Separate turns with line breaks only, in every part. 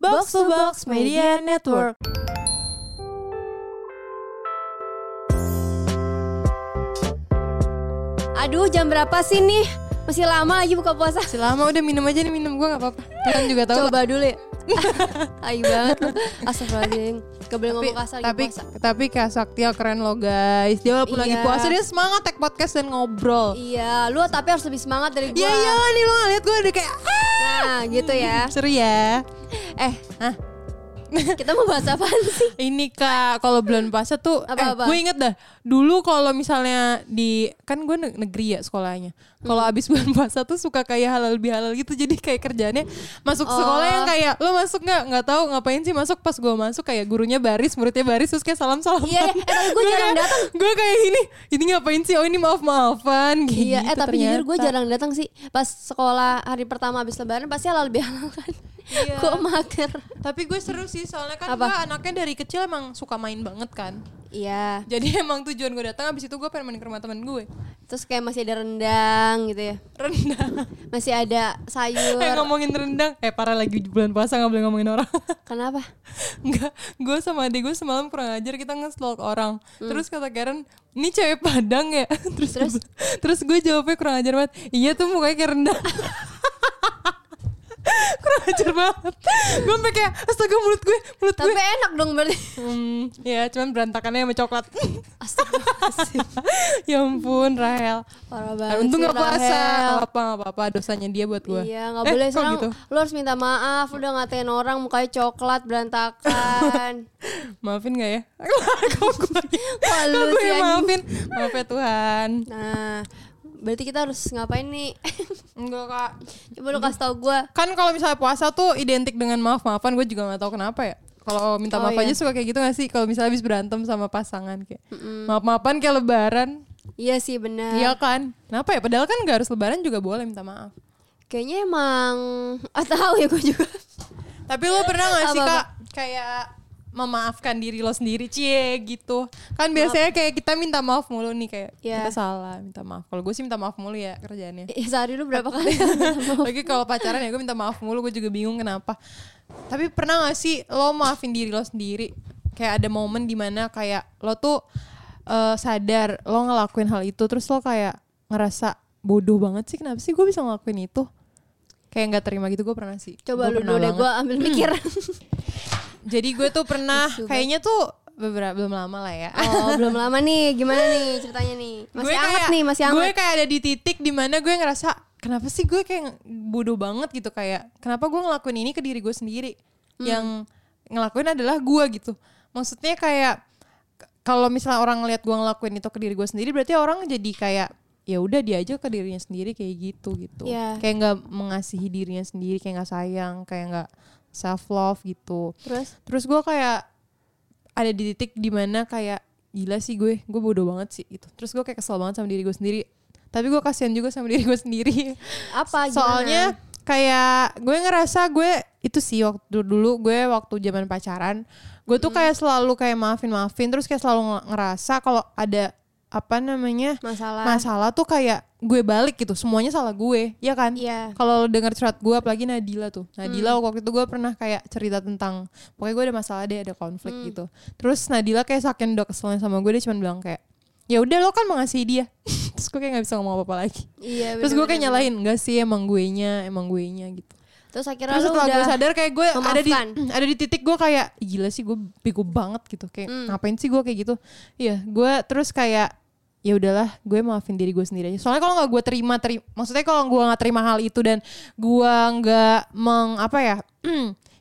Box to Box Media Network.
Aduh, jam berapa sih nih? Masih lama lagi buka puasa.
Selama udah minum aja nih minum gue nggak apa-apa. Kalian Kan juga tahu.
Coba dulu ya. Ayu banget lu. Astagfirullahaladzim. Gak boleh ngomong kasar
tapi
lagi puasa.
tapi Kak Saktia keren loh guys. Dia walaupun lagi
Iya.
puasa dia semangat tag podcast dan ngobrol.
Iya, lu tapi harus lebih semangat dari gua.
Iya iya nih lo ngeliat gue udah kayak ah,
Nah, gitu ya.
seru ya. Eh, hah?
Kita mau bahas apaan sih?
Ini kak kalau bulan puasa tuh,
Apa-apa?
eh, gue inget dah dulu kalau misalnya di kan gue ne- negeri ya sekolahnya, kalau
Hmm.
abis bulan puasa tuh suka kayak halal bihalal gitu, jadi kayak kerjaannya masuk sekolah yang
Oh.
kayak lo masuk nggak nggak tahu ngapain sih masuk pas gue masuk kayak gurunya baris, muridnya baris terus kayak salam salam.
Iya, eh, tapi gue jarang datang.
Gue Oh kayak ini, ini ngapain sih? Oh ini maaf maafan. Kayak
Iya, eh
gitu
tapi jujur gue
ternyata.
jarang datang sih. Pas sekolah hari pertama habis lebaran pasti halal bihalal kan.
Iya.
Gue mager.
Tapi gue seru sih soalnya kan
Apa?
gue anaknya dari kecil emang suka main banget kan.
Iya.
Jadi emang tujuan gue datang abis itu gue pengen main ke rumah temen gue.
Terus kayak masih ada rendang gitu ya.
rendang.
Masih ada sayur.
Eh ngomongin rendang, eh parah lagi bulan puasa nggak boleh ngomongin orang.
Kenapa?
Enggak, gue sama adik gue semalam kurang ajar kita nge-stalk orang. Terus kata Karen, ini cewek Padang ya. Terus terus, terus gue jawabnya kurang ajar banget. Iya tuh mukanya kayak rendang. kurang ajar banget. Gue sampai kayak astaga mulut gue, mulut
Tapi
gue.
enak dong berarti.
Hmm, ya cuman berantakannya sama coklat.
Astagfirullahaladzim.
ya ampun Rahel.
Parah
Nah,
banget
untung
sih,
gak puasa.
Rahel.
Nggak apa nggak apa-apa dosanya dia buat gue.
Iya nggak
Eh,
boleh
kok
sekarang
gitu?
lu harus minta maaf lu udah ngatain orang mukanya coklat berantakan
Maafin gak ya? Kok gue
Wah, lu
Kok gue
sih,
yang
anjing.
maafin? Maaf ya Tuhan.
Nah berarti kita harus ngapain nih
Enggak kak.
Coba lu kasih tau gue
Kan kalau misalnya puasa tuh identik dengan maaf-maafan. Gue juga gak tahu kenapa ya. Kalau minta
Oh,
maaf
iya.
aja suka kayak gitu gak sih? Kalau misalnya habis berantem sama pasangan kayak. Maaf-maafan kayak lebaran.
Iya sih benar
Iya kan? Kenapa ya? Padahal kan gak harus lebaran juga boleh minta maaf.
Kayaknya emang Ah tahu ya gue juga
Tapi lo pernah gak sih
Apa-apa?
kak? Kayak memaafkan diri lo sendiri cie gitu kan biasanya kayak kita minta maaf mulu nih kayak
Iya.
kita salah minta maaf kalau gue sih minta maaf mulu ya kerjaannya
Eh, Sehari lu berapa kali minta maaf?
Lagi kalau pacaran ya gue minta maaf mulu, gue juga bingung kenapa. Tapi pernah gak sih lo maafin diri lo sendiri? Kayak ada momen dimana kayak lo tuh eh, sadar lo ngelakuin hal itu, terus lo kayak ngerasa bodoh banget sih kenapa sih gue bisa ngelakuin itu? Kayak nggak terima gitu gue pernah sih.
Coba
Gue
lu
pernah
dulu deh
banget. Hmm.
gue ambil mikir
Jadi gue tuh pernah kayaknya tuh beberapa belum lama lah ya.
Oh belum lama nih gimana nih ceritanya nih Masih
Gue
anget
kayak-
nih masih anget
Gue kayak ada di titik dimana gue ngerasa kenapa sih gue kayak bodoh banget gitu kayak kenapa gue ngelakuin ini ke diri gue sendiri
Hmm.
yang ngelakuin adalah gue gitu. Maksudnya kayak k- kalau misalnya orang ngeliat gue ngelakuin itu ke diri gue sendiri berarti orang jadi kayak ya udah dia aja ke dirinya sendiri kayak gitu gitu.
Iya.
Kayak nggak mengasihi dirinya sendiri, kayak nggak sayang, kayak nggak self love gitu.
Terus
Terus gue kayak ada di titik dimana kayak gila sih gue, gue bodoh banget sih gitu. Terus gue kayak kesel banget sama diri gue sendiri. Tapi gue kasihan juga sama diri gue sendiri.
apa Ah, gimana?
Soalnya kayak gue ngerasa gue itu sih waktu dulu gue waktu zaman pacaran, gue tuh kayak selalu kayak maafin maafin. Terus kayak selalu nge- ngerasa kalau ada apa namanya
Masalah
masalah tuh kayak gue balik gitu semuanya salah gue ya kan
Iya.
kalau lo denger curhat gue apalagi Nadila tuh Nadila waktu itu gue pernah kayak cerita tentang pokoknya gue ada masalah deh ada konflik gitu terus Nadila kayak saking udah keselnya sama gue dia cuma bilang kayak ya udah lo kan mengasihi dia terus gue kayak nggak bisa ngomong apa apa lagi
Iya
terus gue kayak nyalain
bener-bener.
enggak sih emang gue nya emang gue nya gitu
Terus akhirnya
Terus
lu
setelah gue
udah
sadar kayak gue ada di
memaafkan.
ada di titik gue kayak gila sih gue bego banget gitu kayak
Hmm.
ngapain sih gue kayak gitu Iya gue terus kayak ya udahlah gue maafin diri gue sendiri aja soalnya kalau nggak gue terima terima maksudnya kalau gue nggak terima hal itu dan gue nggak meng apa ya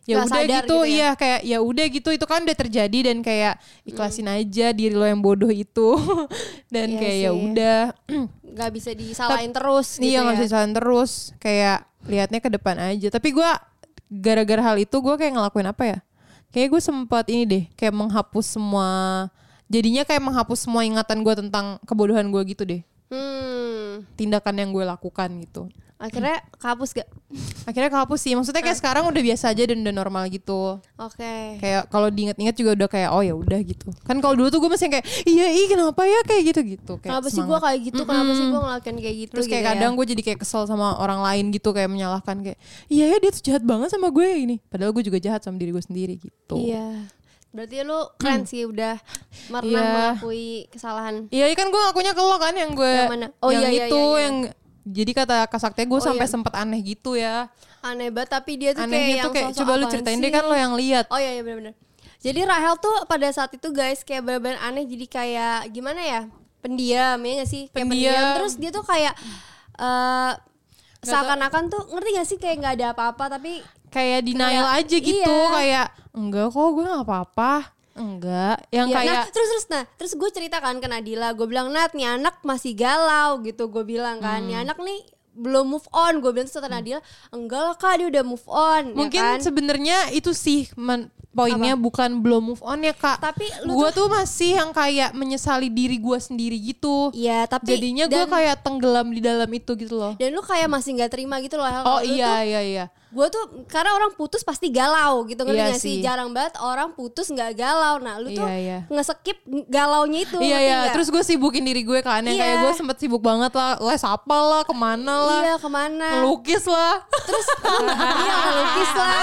ya
Nggak
udah
sadar
gitu,
gitu ya. Hmm.
iya kayak ya udah gitu itu kan udah terjadi dan kayak ikhlasin aja diri lo yang bodoh itu dan
Iya
kayak
sih.
ya udah
nggak bisa disalahin terus gitu
iya
ya.
nggak bisa disalahin terus kayak liatnya ke depan aja tapi gua gara-gara hal itu gua kayak ngelakuin apa ya kayak gue sempat ini deh kayak menghapus semua jadinya kayak menghapus semua ingatan gua tentang kebodohan gua gitu deh
Hmm.
tindakan yang gue lakukan gitu
Akhirnya kehapus gak?
akhirnya kehapus sih maksudnya kayak sekarang udah biasa aja dan udah normal gitu
Oke.
kayak kalau diinget-inget juga udah kayak oh ya udah gitu kan kalau dulu tuh gue masih yang kayak iya iya kenapa ya kayak gitu gitu kayak
Kenapa sih gue
semangat.
kayak gitu? Kenapa sih gue ngelakuin kayak gitu?
terus kayak
gitu ya?
kadang gue jadi kayak kesel sama orang lain gitu kayak menyalahkan kayak iya ya dia tuh jahat banget sama gue ini padahal gue juga jahat sama diri gue sendiri gitu
Iya. Berarti lu keren sih udah pernah
Mm. Iya.
mengakui kesalahan.
iya iya kan gue ngakunya ke lo kan yang gue
Yang mana? Oh,
yang
iya, iya,
itu
iya, iya.
yang jadi kata kasaknya gue
Oh,
sampai
iya.
sempet aneh gitu ya
Aneh banget tapi dia tuh kayak
anehnya
yang
tuh kayak
sosok
coba lu
apaan
ceritain
sih?
deh kan lo yang lihat
Oh iya iya benar-benar. Jadi Rahel tuh pada saat itu guys kayak benar-benar aneh jadi kayak gimana ya? Pendiam ya gak sih? Kayak pendiam.
Pendiam.
Terus dia tuh kayak eh
tau-
seakan-akan tuh ngerti gak sih kayak nggak ada apa-apa tapi
kayak denial
Kayak-
aja gitu
iya.
kayak enggak kok gue nggak apa-apa enggak yang
Iya,
kayak
nah, terus terus nah terus gue ceritakan ke Nadila gue bilang Nat nih anak masih galau gitu gue bilang kan
Hmm.
nih anak nih belum move on gue bilang terus kata Nadila enggak lah kak dia udah move on ya
mungkin
kan?"
sebenarnya itu sih men- poinnya bukan belum move on ya kak
Tapi lu
gue tuh masih yang kayak menyesali diri gue sendiri gitu
Iya, tapi
jadinya gue
dan-
kayak tenggelam di dalam itu gitu loh
dan lu kayak masih nggak terima gitu loh Hel.
oh
Lu
iya iya iya
gue tuh karena orang putus pasti galau gitu ngerti
Iya
gak sih?
sih.
jarang banget orang putus nggak galau nah lu tuh
Iya, iya.
nge-skip galaunya itu
Iya
ngerti
iya,
nggak?
terus gue sibukin diri gue kan yang
Iya.
kayak gue sempet sibuk banget lah, les apa lah, kemana lah,
iya kemana
lukis lah,
terus iya lukis lah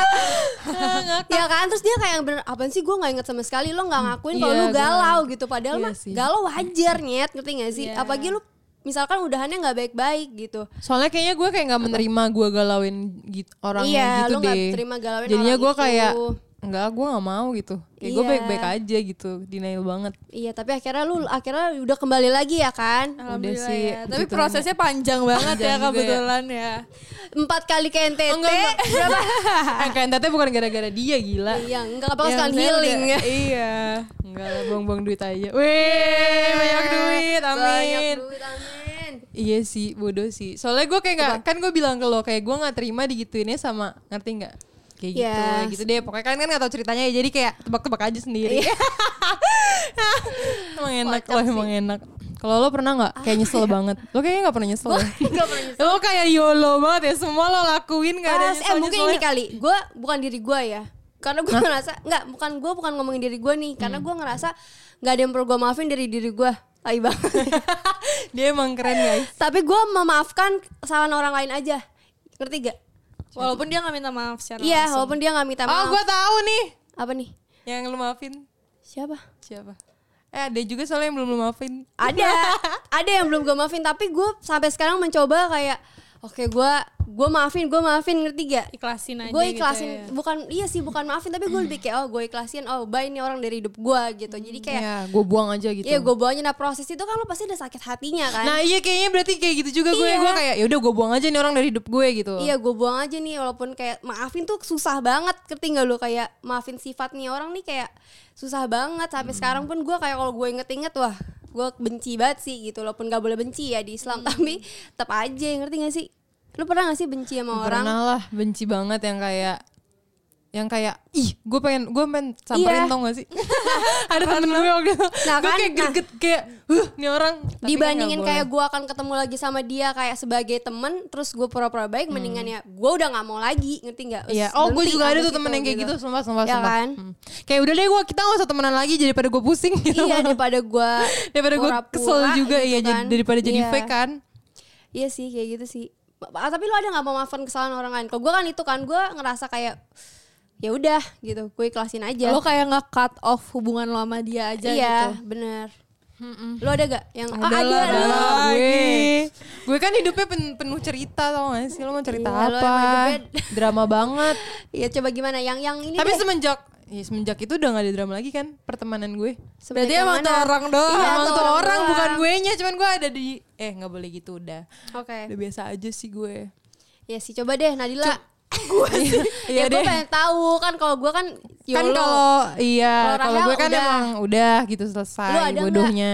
ya kan terus dia kayak yang bener apaan sih gue nggak inget sama sekali lo nggak ngakuin kalau
Iya,
lu
gua-
galau gitu padahal
Iya
mah
sih.
galau wajar nyet ngerti gak sih
Iya.
apalagi lu misalkan udahannya nggak baik-baik gitu
Soalnya kayaknya gue kayak nggak menerima gue galauin gitu, orang
Iya,
gitu
lu
deh.
nggak terima galauin
Jadinya
orang
gue
itu.
kayak nggak, gue nggak mau gitu. Kayak gue
Iya.
baik-baik aja gitu, denial banget.
iya tapi akhirnya lu akhirnya udah kembali lagi ya kan
Udah
Alhamdulillah
sih,
ya. Tapi
gitu.
prosesnya panjang banget
Panjang
ya
juga ya. Oh,
kebetulan ya. Oh,
empat kali ke NTT
Enggak, enggak. Eh, kayak NTT bukan gara-gara dia gila.
iya enggak apa-apa
Yang
sekalian
saya
healing
udah- Iya.
Enggak lah, buang-buang duit aja. Wih, banyak duit, amin.
Iya, banyak duit amin
Iya sih, bodoh sih. Soalnya gue kayak nggak, kan gue bilang ke lo kayak gue nggak terima digituinnya sama ngerti nggak? Kayak gitu,
Yes.
gitu deh. Pokoknya kalian kan nggak tahu ceritanya ya, jadi kayak tebak-tebak aja sendiri.
Iya.
emang enak
Kocak
lo, emang enak. Kalau lo pernah nggak kayak nyesel
Ah.
banget? Lo kayaknya nggak pernah nyesel. ya?
enggak pernah
lo kayak yolo banget ya, semua lo lakuin nggak ada
Pas, eh
nyesel
mungkin ini kali, gue bukan diri gue ya karena gue ngerasa nggak bukan gue bukan ngomongin diri gue nih karena gue ngerasa nggak ada yang perlu gue maafin dari diri gue tai banget
Dia emang keren guys.
tapi gue memaafkan kesalahan orang lain aja ngerti gak
Walaupun dia nggak minta maaf secara
iya
langsung.
walaupun dia nggak minta
Oh,
maaf
gue tahu nih
apa nih
yang lo maafin
siapa
siapa? Eh, ada juga soalnya yang belum lo maafin.
ada ada yang belum gue maafin tapi gue sampai sekarang mencoba kayak oke gue gue maafin gue maafin ngerti gak
Ikhlasin aja
gue
gitu
ikhlasin
ya.
bukan iya sih bukan maafin tapi gue lebih kayak oh gue ikhlasin oh bye ini orang dari hidup gue gitu jadi kayak
Ya, gue buang aja gitu.
Iya gue bawanya nah proses itu kan lo pasti udah sakit hatinya kan
Nah iya kayaknya berarti kayak gitu juga gue
Iya.
gue kayak ya udah gue buang aja nih orang dari hidup gue gitu.
Iya gue buang aja nih walaupun kayak maafin tuh susah banget ngerti nggak lo kayak maafin sifat nih orang nih kayak susah banget sampai sekarang pun gue kayak kalau gue inget-inget wah gue benci banget sih gitu walaupun gak boleh benci ya di Islam
Hmm.
tapi tetap aja ngerti gak sih lo pernah gak sih benci sama orang
Pernah lah benci banget yang kayak yang kayak ih gue pengen gue pengen samperin
Iya.
tau gak sih ada temen gue waktu itu
Nah,
gue
kan,
kayak
nah.
greget kayak huh nih orang Tapi
dibandingin
kan nggak
kayak gue akan ketemu lagi sama dia kayak sebagai temen terus gue pura-pura baik mendingan ya gue udah nggak mau lagi ngerti nggak
boleh. Hmm. iya oh gue juga ada tuh temen yang kayak gitu sumpah sumpah
Ya
sumpah
kan?
Hmm. kayak udah deh gue kita gak usah temenan lagi daripada gue pusing gitu
iya daripada gue
daripada gue kesel juga iya
kan?
jadi- daripada jadi fake kan
gitu Iya sih kayak gitu sih. Ba- ba- Tapi lu ada nggak mau maafin kesalahan orang lain? Kalau gue kan itu kan gue ngerasa kayak ya udah gitu, gue ikhlasin aja.
Lo kayak nggak cut off hubungan lo sama dia aja
iya,
gitu.
bener. Lu ada gak yang
Ada
ah,
lah, ada
lu.
lah
lagi.
gue. Gue kan hidupnya pen- penuh cerita tau gak sih? Lo mau cerita
Iya, lo
apa?
emang hidupnya-
Drama banget.
Iya coba gimana? Yang yang ini
Tapi
deh.
semenjak ya semenjak itu udah gak ada drama lagi kan pertemanan gue.
Semenjak
Berarti
yang
emang
mana?
tuh orang doang.
Iya,
Emang
tuh
tuh
orang
orang
doang.
bukan gue nya, cuman gue ada di eh nggak boleh gitu udah.
Oke.
Udah biasa aja sih gue.
Ya sih coba deh Nadila. gue
Iya
ya gue
deh.
pengen tahu kan kalau gue kan
Kan
YOLO.
kalau iya,
Kalau
kalau
Rahel
gue kan
udah.
emang udah gitu
Lu
selesai
ada
bodohnya.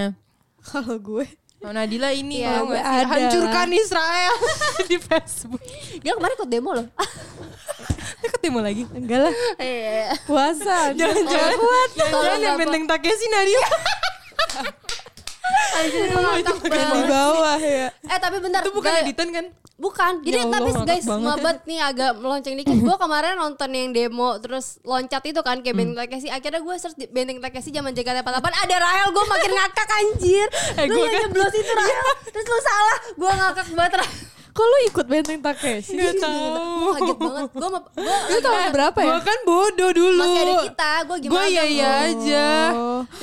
Kalau gue
Nah, Nadila ini
Iya,
kalau
gue
nggak sih,
ada.
hancurkan Israel di Facebook.
dia kemarin ikut demo loh.
Dia ketemu lagi. Enggak lah.
Iya.
puasa.
Jangan-jangan Iya,
kuat.
Jangan-jangan yang
Tolong, Bapak.
benteng Takeshi Nadia
anjir itu ngakak
di
banget.
bawah ya.
Eh tapi bentar.
Itu bukan
guys.
editan kan?
Bukan. Jadi
Ya Allah,
tapi
ngakak
guys,
banget.
mabet nih agak melonceng dikit. Gue kemarin nonton yang demo terus loncat itu kan
Hmm.
kayak Benteng Takeshi. Akhirnya gue search di Benteng Takeshi zaman JKT48 ada Rahel, gue makin ngakak anjir.
Eh,
lu
gua
yang
kan-
nyeblos itu Rahel. Terus lu salah. Gue ngakak banget. Rahel. Gitu.
Kok lu ikut benteng Takeshi?
Gak
Gua kaget banget. Gue
Itu tahun berapa ya?
Gue kan bodoh dulu.
masih ada kita. Gue gimana?
Gue iya iya
dong?
aja.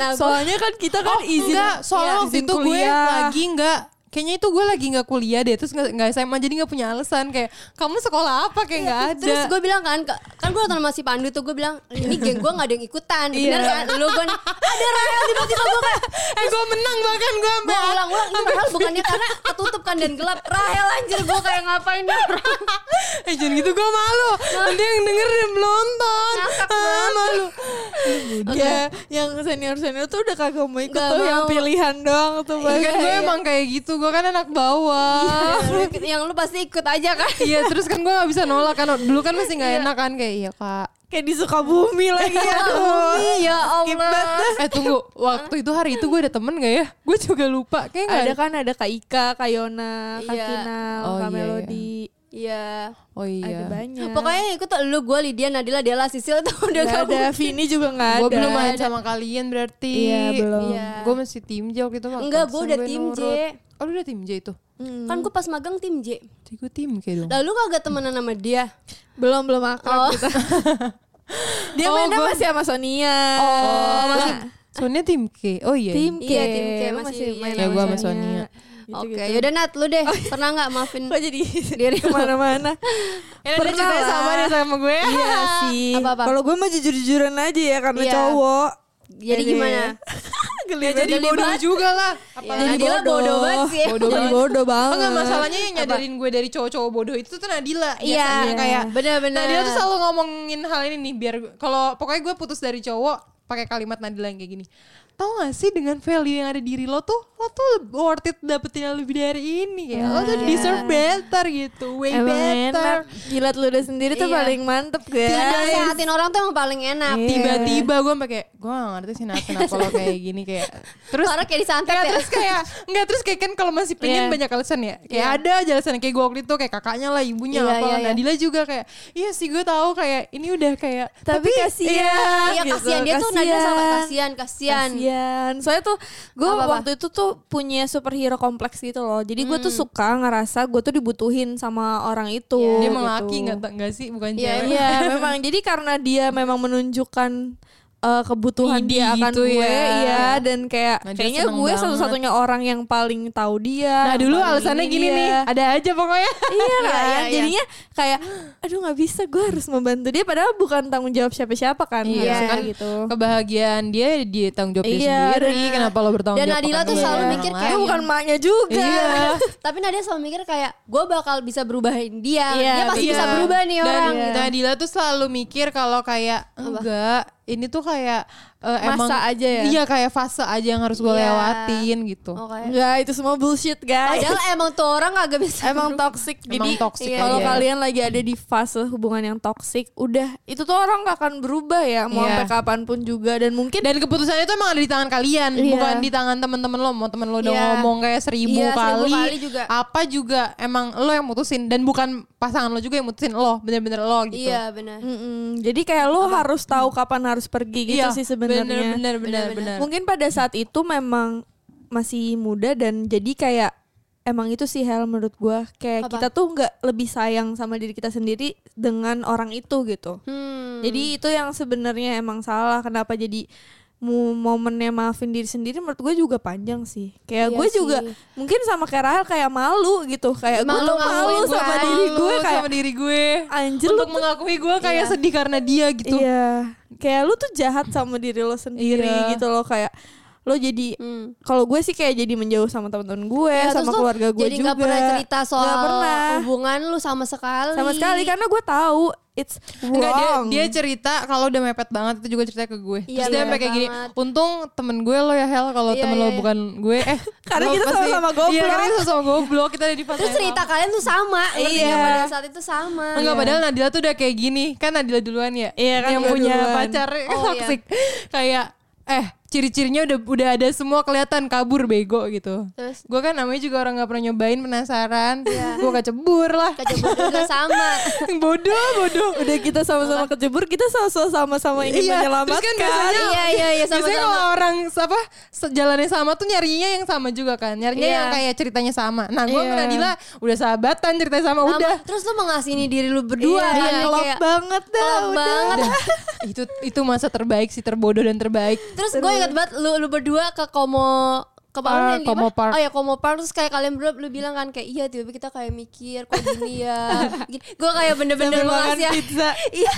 Nah, gua-
soalnya kan kita kan
Oh,
izin
enggak, soalnya
iya,
waktu
izin
itu
kuliah.
gue lagi enggak Kayaknya itu gue lagi nggak kuliah deh, terus nggak nggak SMA jadi nggak punya alasan kayak kamu sekolah apa kayak nggak ada.
Terus gue bilang kan, ke- kan gue nonton masih Pandu tuh gue bilang ini geng gue nggak ada yang ikutan, bener
Iya.
kan? Lu gue ada Rahel tiba-tiba gue kayak
eh gue menang bahkan gue
gue ulang-ulang ini Rahel bukannya karena ketutup kan dan gelap Rahel anjir gue kayak ngapain nih orang
eh jangan gitu gue malu. Nanti yang denger dia nonton.
Ngakak
Ah,
banget.
malu.
Ya, yang senior-senior tuh udah kagak mau ikut
Nggak
tuh yang
mau.
pilihan doang tuh. Bang.
Kan gue emang kayak gitu, gue kan anak
Iya.
bawah.
yang lu pasti ikut aja kan
Iya terus kan gue gak bisa nolak kan Dulu kan masih gak enak kan Kayak iya kak
Kayak di Sukabumi lagi ya.
ya
Kibat
Allah
dah.
Eh tunggu Waktu itu hari itu gue ada temen gak ya Gue juga lupa Kayak gak
Ada kan ada Kak Ika, Kak Yona, Kak
Iya.
Kina,
Oh,
Kak
iya, iya.
Melody.
Iya
Oh
Ada
iya
banyak.
Pokoknya yang ikut tuh lu, gue, Lydia, Nadila, Della, Sisil tuh udah
Gak
gabung.
ada Vini juga nggak ada.
Gue belum main sama kalian berarti
Iya, belum.
Iya.
Gue masih tim J waktu itu makanya
Enggak, gue
pantesan
udah tim J
nurut. Oh lu udah tim J itu
Hmm.
Kan gue pas magang tim J
Jadi gue tim kayak dong
Lalu kagak temenan sama dia
belum belum
Oh.
akrab kita. Dia
Oh,
mainnya
gua-
masih sama Sonia.
Oh
masih
Soalnya tim K Oh iya
tim K.
Iya, tim K
Lu
masih- iya,
Ya gue sama Sonia
Oke
Gitu,
yaudah Nat lu deh Pernah gak maafin
Kok jadi
diri lu?
kemana-mana?
Ya dia ceritanya
lah.
sama deh sama gue
Iya sih.
Apa-apa?
Kalau gue mah jujur-jujuran aja ya karena
Iya.
cowok.
Jadi
Jadi-
gimana?
Geli Iya.
Ya jadi
Geli
bodoh
banget.
juga lah
Ya, Nadila bodoh banget sih.
Bodoh
Jadi
banget.
bodoh banget.
Enggak masalahnya yang nyadarin gue dari cowok-cowok bodoh itu tuh Nadila ya
Iya,
biasanya kayak
bener-bener.
Nadila tuh selalu ngomongin hal ini nih biar kalau pokoknya gue putus dari cowok pakai kalimat Nadila yang kayak gini. Tahu gak sih dengan value yang ada di diri lo tuh lo tuh worth it dapetin yang lebih dari ini kayak lo tuh deserve better gitu, way
Emang
better.
enak. Jilat ludah sendiri tuh
Iya.
paling mantep guys.
Nasehatin orang tuh emang paling enak.
Iya.
Nah, Tiba-tiba gue pakai gue gak ngerti sih Nat kenapa lo kayak gini kayak terus
Orang kayak disantet
Nggak,
ya.
terus kayak nggak terus kayak kan kalau masih pengen
Iya.
banyak alasan ya kayak
Iya.
ada aja alasan kayak gue waktu itu kayak kakaknya lah ibunya
Iya,
apa
iya, iya.
Nadila juga kayak iya sih gue tahu kayak ini udah kayak
Tapi kasihan.
Iya
gitu,
kasihan dia tuh Nadila sama
kasihan.
kasihan kasihan.
Kasian. Soalnya tuh gue
Apa-apa?
waktu itu tuh punya superhero kompleks gitu loh. Jadi gue tuh suka ngerasa gue tuh dibutuhin sama orang itu.
Iya.
dia
gitu.
melaki nggak tak- nggak sih bukan
Iya,
cewek
Iya memang. Jadi karena dia memang menunjukkan eh, kebutuhan
Widih
dia akan
gitu
gue,
ya.
iya dan kayak
Nah, dia
kayaknya
seneng
gue
banget.
satu-satunya orang yang paling tahu dia.
nah
yang
dulu
paling
alasannya
ini
gini
dia.
nih ada aja pokoknya
Iya
Iya,
kan,
iya, iya.
jadinya kayak aduh nggak bisa gue harus membantu dia padahal bukan tanggung jawab siapa-siapa kan,
Iya.
harusnya
Kan
gitu.
kebahagiaan dia dia tanggung jawab dia
Iya,
sendiri
bener.
kenapa lo bertanggung
Dan
jawab
Nadila
akan
tuh selalu
orang
mikir
lain?
kayak,
Dia bukan emaknya juga.
ya. iya
Tapi Nadia selalu mikir kayak gue bakal bisa berubahin dia.
Iya,
dia pasti
Iya.
bisa berubah nih
Dan
orang. gitu. Iya.
Dan Nadila tuh selalu mikir kalau kayak enggak, ini tuh kayak eh,
Masa
emang
aja ya?
Iya kayak fase aja yang harus gue
Iya.
lewatin gitu.
Oke.
Enggak, itu semua bullshit guys.
Oh, Padahal emang tuh orang kagak bisa.
Emang toxic. Jadi
Emang toxic
iya,
kalau
aja.
kalian lagi ada di fase hubungan yang toxic, udah itu tuh orang gak akan berubah ya mau
Iya.
sampai kapanpun juga dan mungkin
dan keputusannya tuh emang ada di tangan kalian,
Iya.
bukan di tangan temen-temen lo. Mau temen lo udah
Iya.
ngomong kayak seribu,
Iya, seribu
kali,
kali juga.
apa juga emang lo yang mutusin dan bukan pasangan lo juga yang mutusin lo, bener-bener lo gitu.
Iya benar.
Mm-mm. jadi kayak lo harus tahu kapan harus pergi gitu
Iya,
sih sebenarnya.
Bener, bener, bener, bener.
Mungkin pada saat itu memang masih muda dan jadi kayak emang itu sih hal menurut gua kayak
Apa?
kita tuh nggak lebih sayang sama diri kita sendiri dengan orang itu gitu.
Hmm.
Jadi itu yang sebenarnya emang salah kenapa jadi mu- momennya maafin diri sendiri menurut gue juga panjang sih kayak
Iya
gue
sih.
juga mungkin sama kayak Rahel kayak malu gitu kayak gue
Malu
tuh
ngakuin
malu
gue
sama
kan.
diri gue
Malu
kayak
sama diri gue.
anjir lu
Untuk mengakui gue kayak
Iya.
sedih karena dia gitu.
Iya, kayak lu tuh jahat sama diri lo sendiri
Iya.
gitu loh kayak lo jadi
Hmm.
kalau gue sih kayak jadi menjauh sama teman-teman gue,
Ya, terus
sama
tuh
keluarga gue
jadi
juga.
nggak pernah cerita
Nggak
soal
pernah.
hubungan lu sama sekali.
sama sekali kan? karena gue tahu it's wrong.
Enggak dia, dia cerita kalau udah mepet banget itu juga cerita ke gue. Terus dia
Iya, mepet
sampai kayak gini,
banget.
untung temen gue lo ya Hel kalau
Iya,
temen lo
iya, iya.
bukan gue eh
Karena
lo
kita sama-sama goblok.
Iya, karena kita sama goblok kita ada di fase
Terus
yang
cerita
sama.
kalian tuh sama. ngerti
Iya.
nggak? Pada saat itu sama. Iya.
Enggak padahal Nadila tuh udah kayak gini. Kan Nadila duluan ya.
Iya, kan
yang
gue
punya
duluan.
pacar
Oh, iya.
toxic. kayak eh ciri-cirinya udah udah ada semua kelihatan kabur bego gitu.
Terus Iya.
Gue kan namanya juga orang nggak pernah nyobain penasaran. Gue kecebur lah.
kejebol juga sama.
bodoh bodoh.
Udah kita sama-sama kejebur, kita sama-sama sama-sama ingin
terus
menyelamatkan.
kan biasanya
Iya, iya, iya, sama-sama.
Biasanya kalau orang apa se- jalannya sama tuh nyarinya yang sama juga kan. Nyarinya
Iya.
yang kayak ceritanya sama. Nah, gue
Iya.
sama Nadila udah sahabatan ceritanya sama
Sama.
udah.
Terus lu mengasini diri lu berdua
Iya,
kan,
klop
kayak-
banget dah.
klop
udah.
banget.
Dah, itu itu masa terbaik sih terbodoh dan terbaik.
Terus gue inget banget lu, lu berdua ke Komo ke
Park,
Park,
Komo Ah, Park.
Oh ya Komo Park terus kayak kalian berdua lu bilang kan kayak iya tiba-tiba kita kayak mikir kok gini ya. gue kayak bener-bener
Sambil makan
makasih ya.
pizza.
Iya.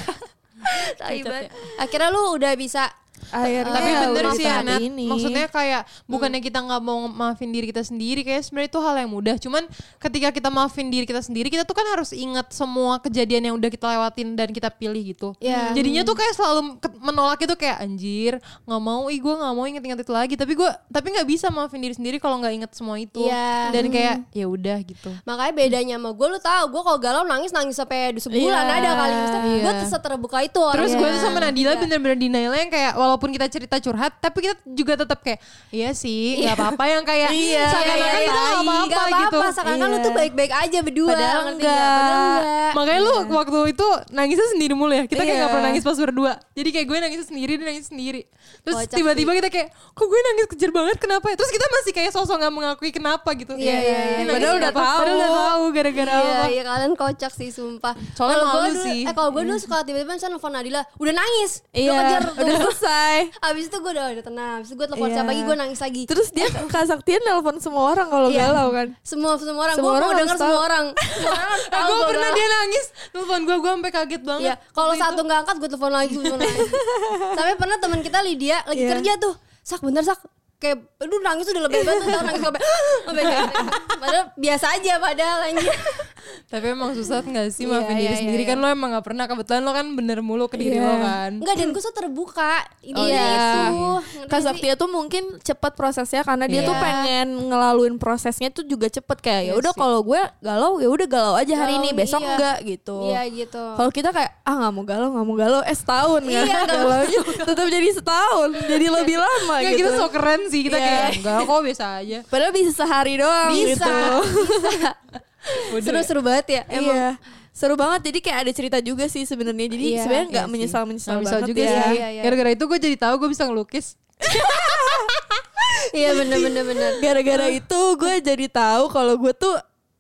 Tai
ya.
banget. Akhirnya lu udah bisa
Akhirnya
Tapi
ya,
bener
udah
sih
di
ya,
saat
Nat.
ini. Hmm.
Maksudnya kayak bukannya kita nggak mau maafin diri kita sendiri kayak sebenarnya itu hal yang mudah. Cuman ketika kita maafin diri kita sendiri, kita tuh kan harus ingat semua kejadian yang udah kita lewatin dan kita pilih gitu.
Iya.
Jadinya
Hmm.
tuh kayak selalu ke- menolak itu kayak anjir, nggak mau ih gue nggak mau inget-inget itu lagi. Tapi gue tapi nggak bisa maafin diri sendiri kalau nggak inget semua itu.
Iya.
Dan kayak
Hmm.
ya udah gitu.
Makanya bedanya sama gue lu tahu gue kalau galau nangis nangis sampai sebulan
Iya.
ada kali. Maksudnya
Iya.
gue terbuka itu ya. orangnya.
Terus gue tuh
Iya.
sama Nadila bener-bener denial yang kayak walaupun kita cerita curhat, tapi kita juga tetap kayak iya sih, nggak apa-apa yang kayak
Iya,
seakan-akan
iya,
kita
iya.
nggak apa-apa gitu.
apa-apa, seakan-akan lu tuh baik-baik aja berdua.
Padahal
ngerti nggak? Iya. Padahal
enggak.
enggak.
Makanya lu waktu itu nangisnya sendiri mulu ya. Kita kayak
Iya.
gak pernah nangis pas berdua. Jadi kayak gue nangisnya sendiri, dia nangis sendiri. Terus
Kocak
tiba-tiba kita kayak, kok gue nangis kejer banget kenapa ya? Terus kita masih kayak sosok gak mengakui kenapa gitu.
Iya, iya,
Dia
iya.
nangis
Padahal udah
kenapa,
tahu.
Padahal udah tahu gara-gara
Iya,
apa.
iya kalian kocak sih sumpah.
Soalnya
Kalau gua
malu
dulu-
sih.
Eh kalau gue dulu suka tiba-tiba misalnya nelfon Nadila, udah nangis.
Hmm. Iya,
Udah kejar tuh.
udah selesai.
Abis itu gue udah, udah tenang. Abis itu gue telepon
Iya.
siapa lagi gue nangis lagi.
Terus dia Kak Saktian nelpon semua orang kalau
Iya.
galau kan.
semua semua orang
Semua
gue
orang
mau
harus
denger
tahu.
semua orang. Semua orang harus
Eh,
tahu
gue
gua
pernah
galau.
dia nangis. Telepon gue, gue sampai kaget banget.
Iya, kalau
Waktu
satu
itu.
nggak angkat gue telepon lagi, gua telepon lagi. Sampai pernah teman kita Lydia lagi
Iya.
kerja tuh. Sak bentar sak. Kayak aduh nangis udah lebih banget tuh nangis sampai sampai kayak- gitu. Padahal biasa aja padahal anjir.
Tapi emang susah gak sih
Iya,
maafin
iya,
diri
iya,
sendiri
iya.
kan lo emang gak pernah. Kebetulan lo kan bener mulu ke diri
Iya.
lo kan.
Enggak dan gue so terbuka. Ini
Oh, iya.
itu. Ngerti
Kak
sih?
Saktia tuh mungkin cepet prosesnya karena dia tuh
Iya.
pengen ngelaluin prosesnya tuh juga cepet kayak ya
Iya
udah
sih.
kalau gue galau ya udah galau aja hari
Galau
ini
nih,
besok
iya.
enggak gitu.
Iya gitu.
Kalau kita kayak ah nggak mau galau nggak mau galau eh setahun kan
Iya, nggak mau.
galaunya tetap jadi setahun jadi lebih lama
Enggak,
gitu.
kita so keren sih. Kita
Iya.
kayak, enggak kok biasa aja.
Padahal bisa sehari doang
bisa,
gitu.
bisa.
Bodoh ya?
Seru-seru banget ya. Emang
Iya. Seru banget jadi kayak ada cerita juga sih sebenarnya. Jadi
Iya,
sebenarnya
Iya
nggak
sih.
menyesal-menyesal
Nggak menyesal
banget
juga
ya.
sih.
Iya, iya.
Gara-gara itu gue jadi tahu gue bisa ngelukis.
iya bener bener bener.
Gara-gara itu gue jadi tahu kalau gue tuh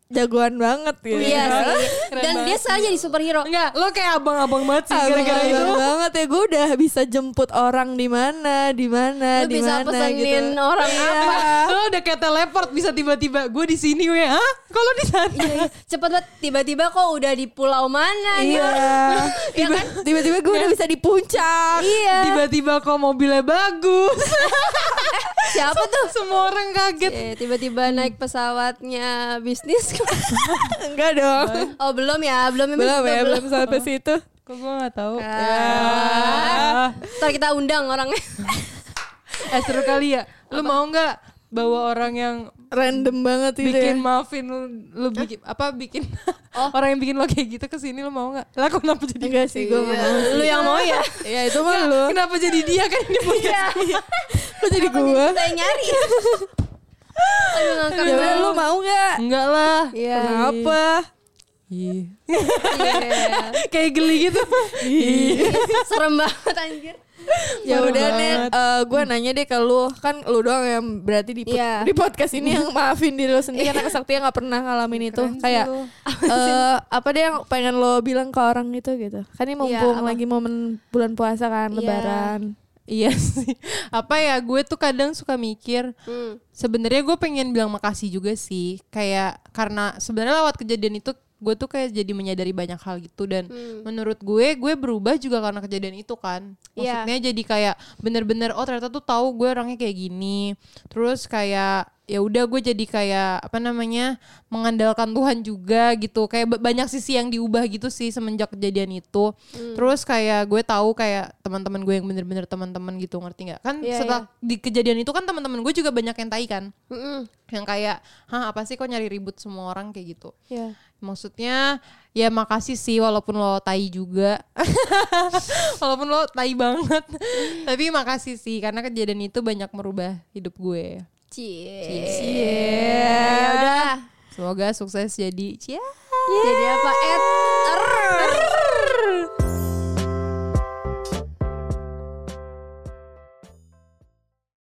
jagoan banget gitu.
Iya sih.
Keren
Dan dia
banget.
sekarang jadi superhero.
Iya,
Enggak, lo kayak abang-abang banget sih gara-gara
gara
itu.
banget ya gue udah bisa jemput orang di mana di mana
Lu
di
bisa
mana
pesenin
gitu
orang apa?
Lo udah kayak teleport bisa tiba-tiba gue di sini we. Hah? Kok lo di sana?
Iya, iya. Cepet banget tiba-tiba kok udah di pulau mana nih? Ya kan?
iya Tiba- tiba-tiba gue udah bisa di puncak
Iya.
Tiba-tiba kok mobilnya bagus.
Siapa tuh?
Semua orang kaget.
Eh,
Hmm.
tiba-tiba naik pesawatnya bisnis.
enggak dong
oh, belum ya, belum memang
belum
kita
ya belum sampai situ
Kok gue gak tahu. Ya.
Ah. Ntar kita undang orangnya.
Eh seru kali ya. Lo mau nggak bawa orang yang
random banget itu
bikin
ya
maafin lu, lu bikin apa bikin orang yang bikin lo kayak gitu kesini lo mau nggak? Lah kok kenapa jadi
enggak sih gue nggak mau
Lu yang mau ya?
ya itu mah lu
Kenapa jadi dia kan di podcast
lu Iya. jadi gue
Kita yang nyari. Aduh, ngakak
ya udah
banget.
lu mau nggak
Enggak lah.
Iya.
kenapa
Ih.
Iya.
Kayak geli gitu.
Serem banget anjir.
ya
Parah
udah nih
banget.
gue nanya deh ke lu kan lu doang yang berarti di, pod-
Iya.
di podcast ini yang maafin diri lu sendiri karena kesaktian nggak pernah ngalamin itu
Keren sih
kayak
lu.
eh apa deh yang pengen lo bilang ke orang gitu gitu kan ini mumpung
apa?
lagi momen bulan puasa kan
Iya.
lebaran
Iya sih. Apa ya gue tuh kadang suka mikir
Hmm.
sebenarnya gue pengen bilang makasih juga sih kayak karena sebenarnya lewat kejadian itu gue tuh kayak jadi menyadari banyak hal gitu dan menurut gue gue berubah juga karena kejadian itu kan
Iya.
maksudnya jadi kayak bener-bener oh ternyata tuh tahu gue orangnya kayak gini terus kayak ya udah gue jadi kayak apa namanya mengandalkan Tuhan juga gitu kayak ba- banyak sisi yang diubah gitu sih semenjak kejadian itu
Hmm.
terus kayak gue tahu kayak teman-teman gue yang bener-bener teman-teman gitu ngerti nggak kan
Iya,
setelah di kejadian itu kan teman-teman gue juga banyak yang tai kan
Mm-mm.
yang kayak hah apa sih kok nyari ribut semua orang kayak gitu
Ya.
maksudnya ya makasih sih walaupun lo tai juga walaupun lo tai banget tapi makasih sih karena kejadian itu banyak merubah hidup gue
Cie.
Cie.
Ya udah.
semoga sukses jadi cia
Jadi apa? Et. Err.